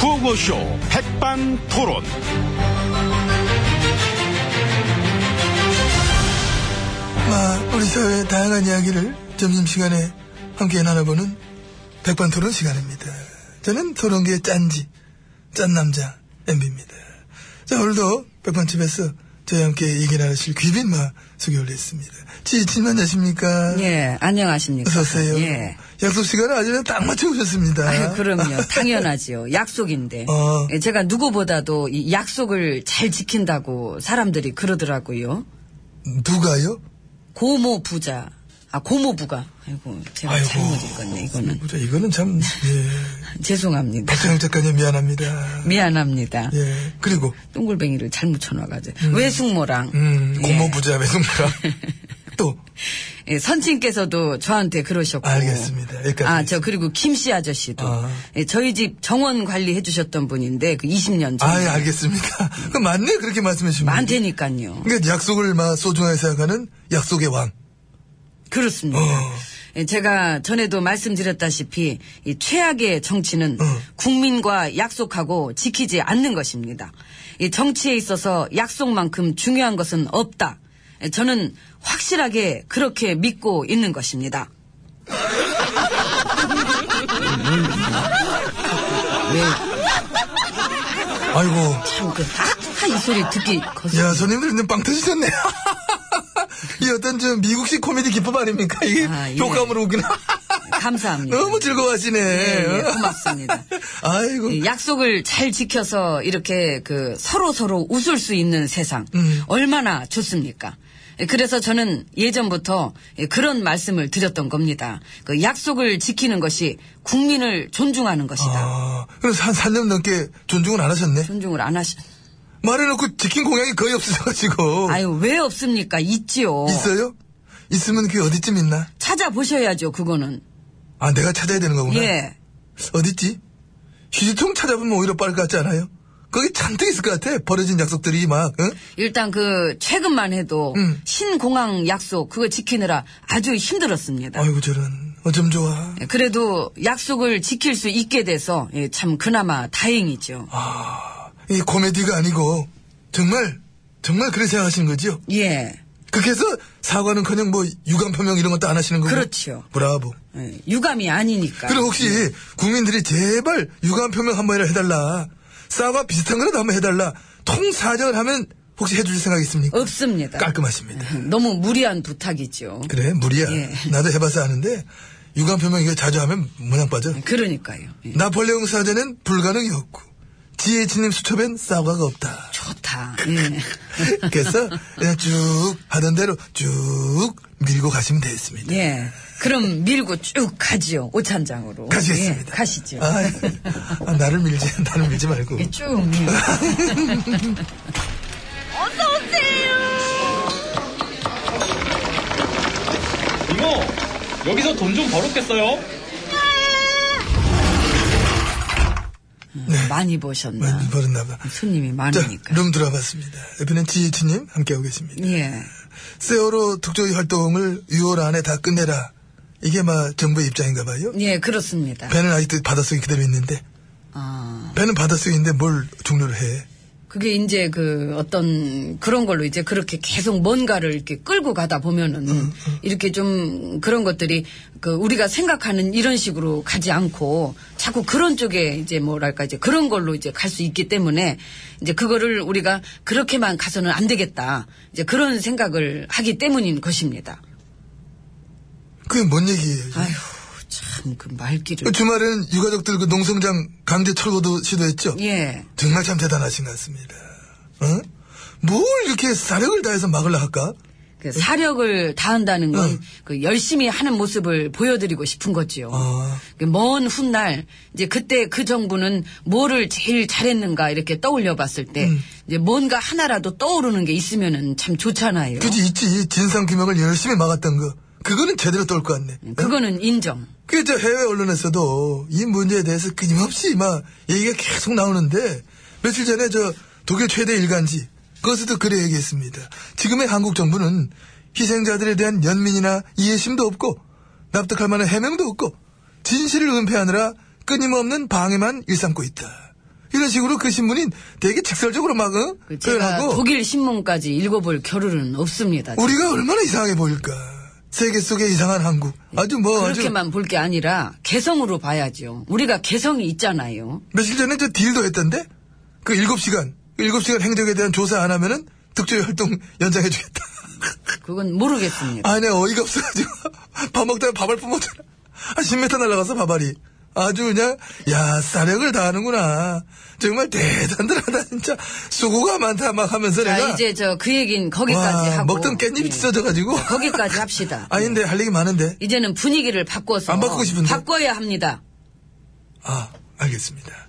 라디오쇼 백반토론. 아, 우리 사회의 다양한 이야기를 점심시간에 함께 나눠보는 백반토론 시간입니다. 저는 토론계의 짠지, 짠남자 MB입니다. 자 오늘도 백반집에서 저희와 함께 얘기 나누실 귀빈마 소개 올렸습니다. 지지친 안녕하십니까? 예, 안녕하십니까. 어서오세요. 예. 약속 시간에 아주 그냥 딱 맞춰 오셨습니다. 아유, 그럼요. 당연하지요. 약속인데. 어. 예, 제가 누구보다도 이 약속을 잘 지킨다고 사람들이 그러더라고요. 누가요? 고모 부자. 아, 고모부가. 아이고, 제가 아이고. 잘못 읽었네, 이거는. 보자, 이거는 참, 예. 죄송합니다. 박정혁 작가님 미안합니다. 미안합니다. 예. 그리고, 똥글뱅이를 잘못 쳐놔가지고. 외숙모랑. 음, 예. 고모부자 외동무라. 또, 예, 선친께서도 저한테 그러셨고. 알겠습니다. 여기까지 아, 저 그리고 김 씨 아저씨도. 아. 예, 저희 집 정원 관리해 주셨던 분인데, 그 20년 전. 아예 알겠습니다. 그 맞네, 그렇게 말씀해 주시면. 많다니까요. 그러니까 약속을 막 소중하게 생각하는 약속의 왕. 그렇습니다. 어. 예, 제가 전에도 말씀드렸다시피 이 최악의 정치는 어. 국민과 약속하고 지키지 않는 것입니다. 이 정치에 있어서 약속만큼 중요한 것은 없다. 예, 저는 확실하게 그렇게 믿고 있는 것입니다. 음. 아이고. 참 그 악한 이 소리 듣기 어. 거슬. 야, 손님들 근데 빵 터지셨네. 이 어떤 좀 미국식 코미디 기법 아닙니까? 이게 아, 예. 효과음으로 웃기나? 감사합니다. 너무 즐거워하시네. 어? 예, 예, 고맙습니다. 예, 아이고. 이 음, 약속을 잘 지켜서 이렇게 그 서로 서로 웃을 수 있는 세상 음. 얼마나 좋습니까? 그래서 저는 예전부터 그런 말씀을 드렸던 겁니다. 그 약속을 지키는 것이 국민을 존중하는 것이다. 아, 그래서 한 4년 넘게 존중은 안 하셨네. 존중을 안 하시. 말해놓고 지킨 공약이 거의 없으셔가지고. 아유 왜 없습니까? 있지요. 있어요? 있으면 그게 어디쯤 있나? 찾아보셔야죠 그거는. 아, 내가 찾아야 되는 거구나. 예. 어딨지? 휴지통 찾아보면 오히려 빠를 것 같지 않아요? 거기 잔뜩 있을 것 같아. 버려진 약속들이 막, 응? 일단 그 최근만 해도 음. 신공항 약속 그거 지키느라 아주 힘들었습니다. 아이고, 저런. 어쩜 좋아. 그래도 약속을 지킬 수 있게 돼서 예, 참 그나마 다행이죠. 아. 이 코미디가 아니고, 정말, 정말 그렇게 생각하신 거지요? 예. 그렇게 해서 사과는 커녕 뭐, 유감 표명 이런 것도 안 하시는 거고. 그렇죠. 네. 브라보. 예, 유감이 아니니까. 예, 그리고 혹시, 국민들이 제발 유감 표명 한 번이라 해달라. 사과 비슷한 거라도 한번 해달라. 통사정을 하면 혹시 해주실 생각 있습니까? 없습니다. 예, 깔끔하십니다. 너무 무리한 부탁이죠. 그래, 무리야. 예. 나도 해봐서 아는데, 유감 표명 이거 자주 하면 모양 빠져. 그러니까요. 예, 나폴레옹 사제는 불가능이었고, 지혜진님 수첩엔 사과가 없다. 좋다. 예. 그래서 그냥 쭉 하던 대로 쭉 밀고 가시면 되겠습니다. 예. 그럼 밀고 쭉 가지요. 오찬장으로. 가시겠습니다. 예, 가시죠. 아, 아, 나를 밀지, 나를 밀지 말고. 예, 쭉 밀고. 이모, 여기서 돈 좀 벌었겠어요? 많이 뭐, 보셨나. 버렸나 봐. 손님이 자, 많으니까. 룸 들어봤습니다. 옆에는 지혜진님 함께하고 계십니다. 예. 세월호 특조위 활동을 6월 안에 다 끝내라. 이게 막 정부의 입장인가 봐요. 예, 그렇습니다. 배는 아직도 바닷속에 그대로 있는데, 아, 배는 바닷속에 있는데 뭘 종료를 해. 그게 이제 그 어떤 그런 걸로 이제 그렇게 계속 뭔가를 이렇게 끌고 가다 보면은 이렇게 좀 그런 것들이 그 우리가 생각하는 이런 식으로 가지 않고 자꾸 그런 쪽에 이제 뭐랄까 이제 그런 걸로 이제 갈 수 있기 때문에 이제 그거를 우리가 그렇게만 가서는 안 되겠다. 이제 그런 생각을 하기 때문인 것입니다. 그게 뭔 얘기예요? 아휴, 참 그 그 말귀를. 주말엔 유가족들 그 농성장 강제 철거도 시도했죠? 예. 정말 참 대단하신 것 같습니다. 어? 뭘 이렇게 사력을 다해서 막으려 할까? 그 사력을 다한다는 건 응. 그 열심히 하는 모습을 보여드리고 싶은 거지요. 아. 그먼 훗날 이제 그때 그 정부는 뭐를 제일 잘했는가 이렇게 떠올려봤을 때 음. 이제 뭔가 하나라도 떠오르는 게 있으면은 참 좋잖아요. 그지 있지 진상 규명을 열심히 막았던 거 그거는 제대로 떠올 것 같네. 음, 그거는 인정. 그게 저 해외 언론에서도 이 문제에 대해서 끊임없이 막 얘기가 계속 나오는데 며칠 전에 저 독일 최대 일간지 그것에도 그래 얘기했습니다. 지금의 한국 정부는 희생자들에 대한 연민이나 이해심도 없고 납득할 만한 해명도 없고 진실을 은폐하느라 끊임없는 방해만 일삼고 있다. 이런 식으로 그 신문인 되게 직설적으로 막 어? 그 제가 표현하고 독일 신문까지 읽어볼 겨를은 없습니다. 우리가 얼마나 이상하게 보일까. 세계 속의 이상한 한국. 아주 뭐 아주 그렇게만 볼 게 아니라 개성으로 봐야죠. 우리가 개성이 있잖아요. 며칠 전에 저 딜도 했던데 그 7시간 7시간 행적에 대한 조사 안 하면은 특조위 활동 연장해 주겠다. 그건 모르겠습니다. 아, 내 어이가 없어가지고 밥 먹다가 밥알 뿜었잖아. 한 10m 날라가서 밥알이. 아주 그냥 야 사력을 다하는구나. 정말 대단하다 진짜. 수고가 많다 막 하면서 자, 내가 이제 저 그 얘기는 거기까지 와, 하고. 먹던 깻잎이 예. 찢어져가지고. 거기까지 합시다. 아닌데 할 얘기 많은데. 이제는 분위기를 바꿔서 안 바꾸고 싶은데? 바꿔야 합니다. 아 알겠습니다.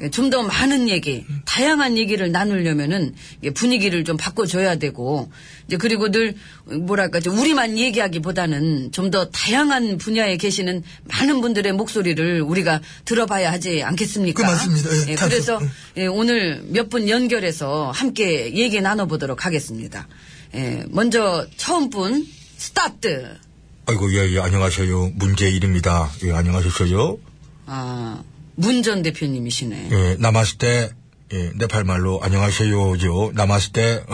예, 좀 더 많은 얘기, 다양한 얘기를 나누려면은 이게 분위기를 좀 바꿔줘야 되고 이제 그리고 늘 뭐랄까 좀 우리만 얘기하기보다는 좀 더 다양한 분야에 계시는 많은 분들의 목소리를 우리가 들어봐야 하지 않겠습니까? 그 맞습니다. 예, 예, 다수. 그래서 음. 예, 오늘 몇 분 연결해서 함께 얘기 나눠보도록 하겠습니다. 예, 먼저 처음 분 스타트. 아이고, 예, 예, 안녕하세요. 문재일입니다. 예, 안녕하셨어요? 아, 문 전 대표님이시네. 예, 남았을 때, 예, 네팔말로 안녕하세요죠. 남았을 때,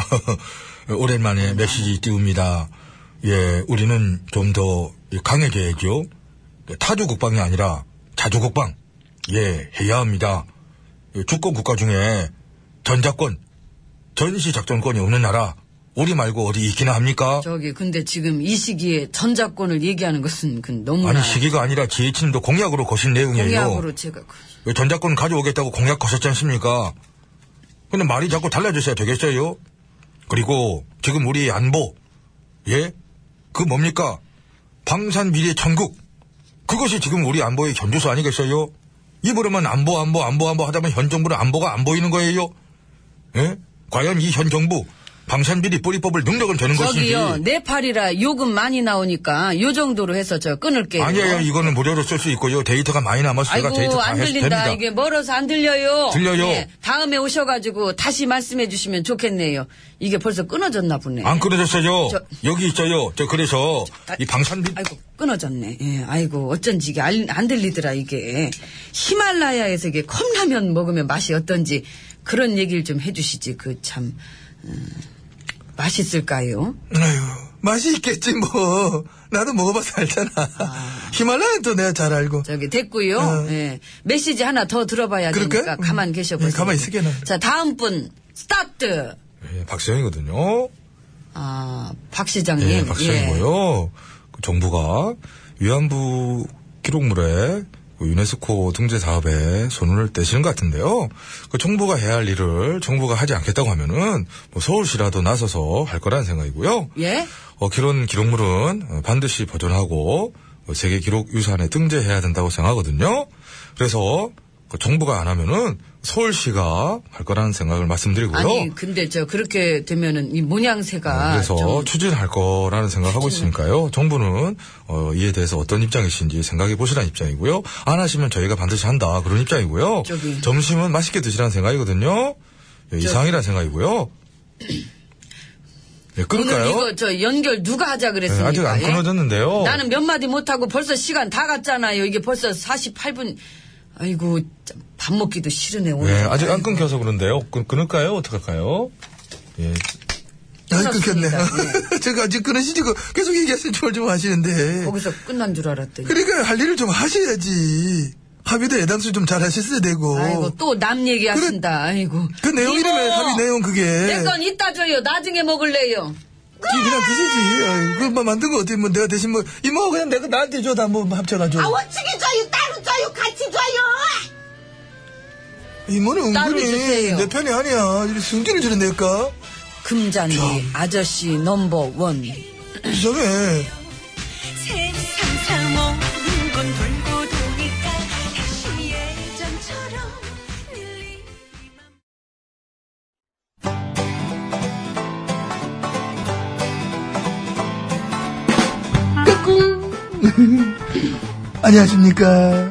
오랜만에 메시지 띄웁니다. 예, 우리는 좀 더 강해져야죠. 예, 타조 국방이 아니라 자조 국방. 예, 해야 합니다. 예, 주권 국가 중에 전자권, 전시 작전권이 없는 나라, 우리 말고 어디 있기나 합니까? 저기 근데 지금 이 시기에 전자권을 얘기하는 것은 그 너무나 아니, 시기가 아니라 지혜진도 공약으로 거신 내용이에요. 공약으로 제가 그- 왜 전자권 가져오겠다고 공약 거셨지 않습니까? 근데 말이 자꾸 달라졌어야 되겠어요? 그리고 지금 우리 안보, 예? 그 뭡니까? 방산 미래 천국. 그것이 지금 우리 안보의 견주소 아니겠어요? 입으로만 안보, 안보, 안보, 안보 하다면 현 정부는 안보가 안 보이는 거예요? 예? 과연 이 현 정부, 방산 미래 뿌리법을 능력은 되는 것인지. 저기요 네팔이라 요금 많이 나오니까 요 정도로 해서 저 끊을게요. 아니에요. 이거는 무료로 쓸 수 있고요. 데이터가 많이 남았으니까 데이터 네. 아이고 다 안 해서 들린다. 됩니다. 이게 멀어서 안 들려요. 예, 들려요. 다음에 오셔가지고 다시 말씀해주시면 좋겠네요. 이게 벌써 끊어졌나 보네. 안 끊어졌어요. 저- 여기 있어요. 저 그래서 아, 이 방산비 아이고 끊어졌네. 예, 아이고 어쩐지 이게 알- 안 들리더라 이게 히말라야에서 이게 컵라면 먹으면 맛이 어떤지 그런 얘기를 좀 해주시지 그 참 맛있을까요? 아유, 맛이 있겠지, 뭐. 나도 먹어봐서 알잖아. 히말라야는 또 내가 잘 알고. 저기 됐고요. 어. 예, 메시지 하나 더 들어봐야 그럴까요? 되니까 가만 음. 계셔보세요. 예, 가만 있을게요, 나. 자 다음 분 스타트. 예, 박시영이거든요. 아박 시장님. 예, 박시영이고요. 그 정부가 위안부 기록물에 그 유네스코 등재 사업에 손을 떼시는 것 같은데요. 그 정부가 해야 할 일을 정부가 하지 않겠다고 하면은 뭐 서울시라도 나서서 할 거라는 생각이고요. 예? 어, 기론 기록물은 어, 반드시 보존하고 어, 세계 기록 유산에 등재해야 된다고 생각하거든요. 그래서 그 정부가 안 하면은 서울시가 할 거라는 생각을 말씀드리고요. 아니 그, 근데 저 그렇게 되면은 이 모양새가 아, 그래서 좀 추진할 거라는 생각하고 있으니까요. 정부는 어, 이에 대해서 어떤 입장이신지 생각해 보시라는 입장이고요. 안 하시면 저희가 반드시 한다 그런 입장이고요. 저기. 점심은 맛있게 드시라는 생각이거든요. 예, 이상이라는 생각이고요. 예, 오늘 끊을까요? 이거 저 연결 누가 하자 예, 그랬습니까? 아직 안 예? 끊어졌는데요. 나는 몇 마디 못하고 벌써 시간 다 갔잖아요. 이게 벌써 48분. 아이고, 참, 밥 먹기도 싫으네, 오늘. 예, 아직 안 끊겨서 그런데요. 끊, 끊을까요? 어떡할까요? 예. 아이, 끊겼네. 끊었습니다. 제가 아직 끊으시지, 그 계속 얘기하시는 줄좀 하시는데. 예. 거기서 끝난 줄 알았더니. 그러니까 할 일을 좀 하셔야지. 합의도 애당초 좀 잘 하셨어야 되고. 아이고, 또 남 얘기하신다. 아이고. 뭐. 그 내용이라면 이모! 합의 내용 예. 그게. 내 건 이따 줘요. 나중에 먹을래요. 이- 그냥 드시지. 아유, 그거 뭐 만든 거 어떻게 뭐 내가 대신 뭐, 이모 그냥 내가 나한테 줘. 나 뭐 합쳐가지고. 어떻게 줘요? 따로 줘요? 같이 줘요? 이모는 따로 은근히 주세요. 내 편이 아니야. 이리 승진을 주는 데니까. 금잔디, 아저씨 넘버 원. 이상해. 세상 사모는 건 돌고 도니까 다시 예전처럼 늘리 안녕하십니까.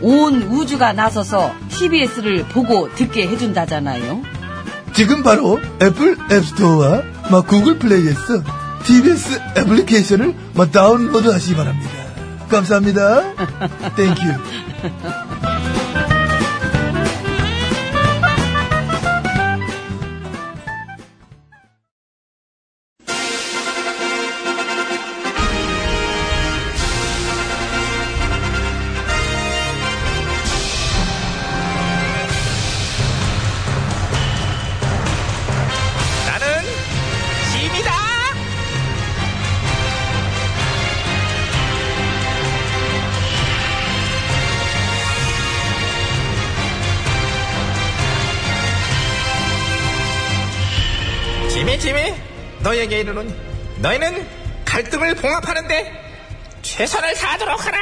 온 우주가 나서서 TBS를 보고 듣게 해준다잖아요. 지금 바로 애플 앱스토어와 막 구글 플레이에서 TBS 애플리케이션을 막 다운로드 하시기 바랍니다. 감사합니다. 땡큐. 나는 짐이다. 짐이 짐이 너에게 이르노니 너희는 갈등을 봉합하는데 최선을 다하도록 하라.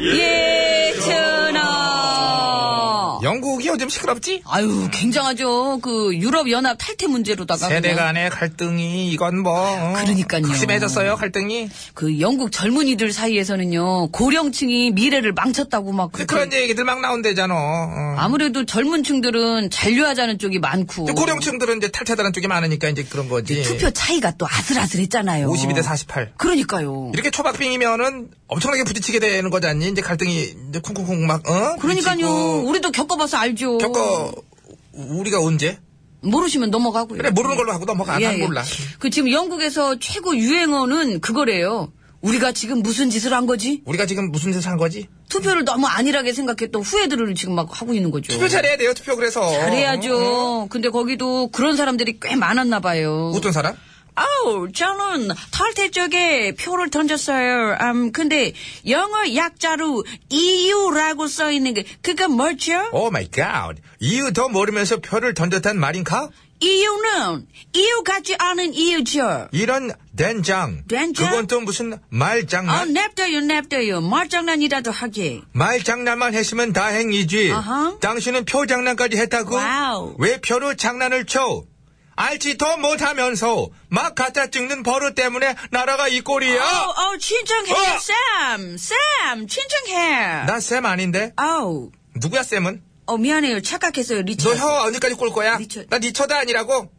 예, 전하. 영국이 요즘 시끄럽지? 아유, 굉장하죠. 그 유럽 연합 탈퇴 문제로다가 세대 아, 그냥 간의 갈등이 이건 뭐 어, 그러니까요. 극심해졌어요 갈등이 그 영국 젊은이들 사이에서는요 고령층이 미래를 망쳤다고 막 그렇게- 그런 얘기들 막 그러니까. 나온대잖아 어. 아무래도 젊은층들은 잔류하자는 쪽이 많고 이제 고령층들은 이제 탈퇴다는 쪽이 많으니까 이제 그런 거지. 투표 차이가 또 아슬아슬했잖아요. 52대 48. 그러니까요. 이렇게 초박빙이면은 엄청나게 부딪히게 되는 거잖니. 이제 갈등이 이제 쿵쿵쿵 막, 어? 그러니까요. 부딪히고. 우리도 겪어봐서 알죠. 겪어, 우리가 언제? 모르시면 넘어가고요. 그래, 모르는 걸로 하고 뭐 넘어가. 난 몰라. 그 지금 영국에서 최고 유행어는 그거래요. 우리가 지금 무슨 짓을 한 거지? 우리가 지금 무슨 짓을 한 거지? 투표를 너무 안일하게 생각했던 후회들을 지금 막 하고 있는 거죠. 투표 잘해야 돼요, 투표 그래서. 어? 잘해야죠. 근데 거기도 그런 사람들이 꽤 많았나 봐요. 어떤 사람? 아우, 저는 탈퇴 쪽에 표를 던졌어요. 음, 근데 영어 약자로 EU라고 써 있는 게 그게 뭐죠? Oh 오 마이 갓. 이유 더 모르면서 표를 던졌단 말인가? EU는 EU 같지 않은 EU죠. 이런 된장. 된장? 그건 또 무슨 아, 말장난? 냅둬요, 냅둬요. 말장난이라도 하게. 말장난만 했으면 다행이지. 아하. 당신은 표 장난까지 했다고? 와우. 왜 표로 장난을 쳐? 알지도 못하면서 막 갖다 찍는 버릇 때문에 나라가 이 꼴이야. 어우, 어우, 친정해요, 예. 어! 네. 쌤. 쌤, 친정해. 나 쌤 아닌데? 아우, 누구야 쌤은? 어, 미안해요. 착각했어요, 리처. 너 혀 언제까지 꼴 거야? 미쳐- 나 니처다 아니라고?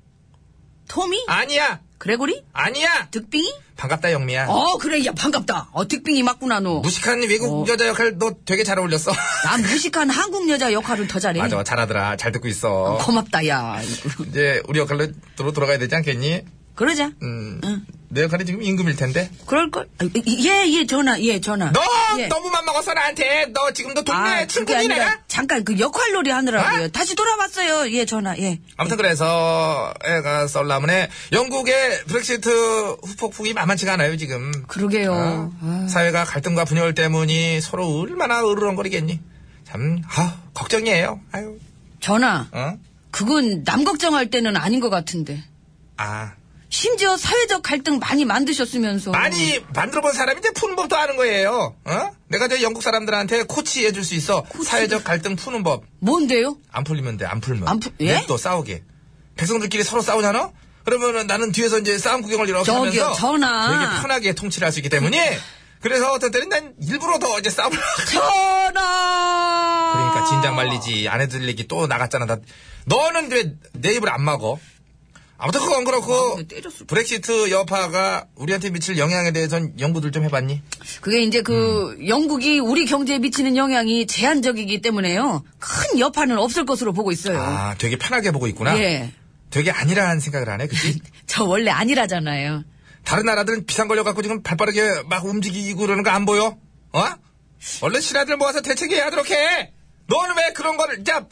토미? 아니야. 그레고리? 아니야. 득빙이? 반갑다 영미야. 어, 그래. 야, 반갑다. 어, 득빙이 맞구나, 너. 네. 무식한 어. 외국 여자 역할 너 되게 잘 어울렸어. 난 무식한 한국 여자 역할을 더 잘해. 맞아 잘하더라. 잘 듣고 있어. 고맙다, 야. 이제 우리 역할로 들어 돌아가야 되지 않겠니? 그러자. 음, 응. 내 역할이 지금 임금일 텐데. 그럴걸? 아, 예, 예, 전화, 예, 전화. 너 예. 너무만 먹었어 나한테. 너 지금도 동네 아, 그게 친구니 내가. 아? 아니라, 잠깐 그 역할 놀이 하느라고요. 다시 돌아왔어요. 예, 전화, 예. 아무튼 그래서 애가 썰라문에 영국의 브렉시트 후폭풍이 만만치가 않아요 지금. 그러게요. 어? 사회가 갈등과 분열 때문이 서로 얼마나 으르렁거리겠니? 참, 아 걱정이에요. 아유, 전화, 어? 그건 남 걱정할 때는 아닌 것 같은데. 아, 심지어 사회적 갈등 많이 만드셨으면서. 많이 만들어본 사람이 이제 푸는 법도 아는 거예요. 어? 내가 저 영국 사람들한테 코치해줄 수 있어. 사회적 갈등 푸는 법. 뭔데요? 안 풀리면 돼, 안 풀면. 안 푸- 예? 냅둬, 싸우게. 백성들끼리 서로 싸우잖아? 그러면은 나는 뒤에서 이제 싸움 구경을 이렇게 저기요, 아. 하면서 전하. 되게 편하게 통치를 할 수 있기 때문에 그래서 어떤 때는 난 일부러 더 이제 싸움을 전화! 그러니까 진작 말리지 아내들 얘기 또 나갔잖아 나 너는 왜 내 입을 안 막어 아무튼 그건 그렇고 아, 때렸을 브렉시트 여파가 우리한테 미칠 영향에 대해선 연구들 좀 해봤니? 그게 이제 그 음. 영국이 우리 경제에 미치는 영향이 제한적이기 때문에요. 큰 여파는 없을 것으로 보고 있어요. 아 되게 편하게 보고 있구나 예. 되게 아니라는 생각을 안 해 그치? 저 원래 아니라잖아요. 다른 나라들은 비상 걸려갖고 지금 발빠르게 막 움직이고 그러는 거 안 보여? 어? 얼른 신하들 모아서 대책해야 하도록 해! 너는 왜 그런 거를, 야,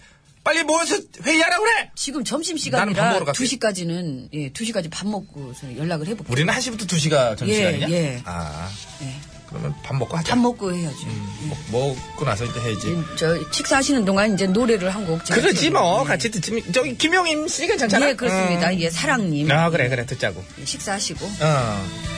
빨리 모여서 회의하라고 그래! 지금 나는 밥 점심시간이라 먹으러 갈게. 2시까지는, 예, 2시까지 밥 먹고 서 연락을 해볼게요. 우리는 1시부터 2시가 점심시간이냐? 예, 예. 아, 예. 그러면 밥 먹고 하자. 밥 먹고 해야죠. 음, 먹, 고 나서 이제 해야지. 예, 저 식사하시는 동안 이제 노래를 한 곡. 제가 그러지 틀어드릴게요. 뭐, 같이 듣지. 저기, 김용임 씨가 예. 괜찮잖아. 예, 그렇습니다. 음. 예, 사랑님. 아, 그래, 그래, 듣자고. 예, 식사하시고. 어.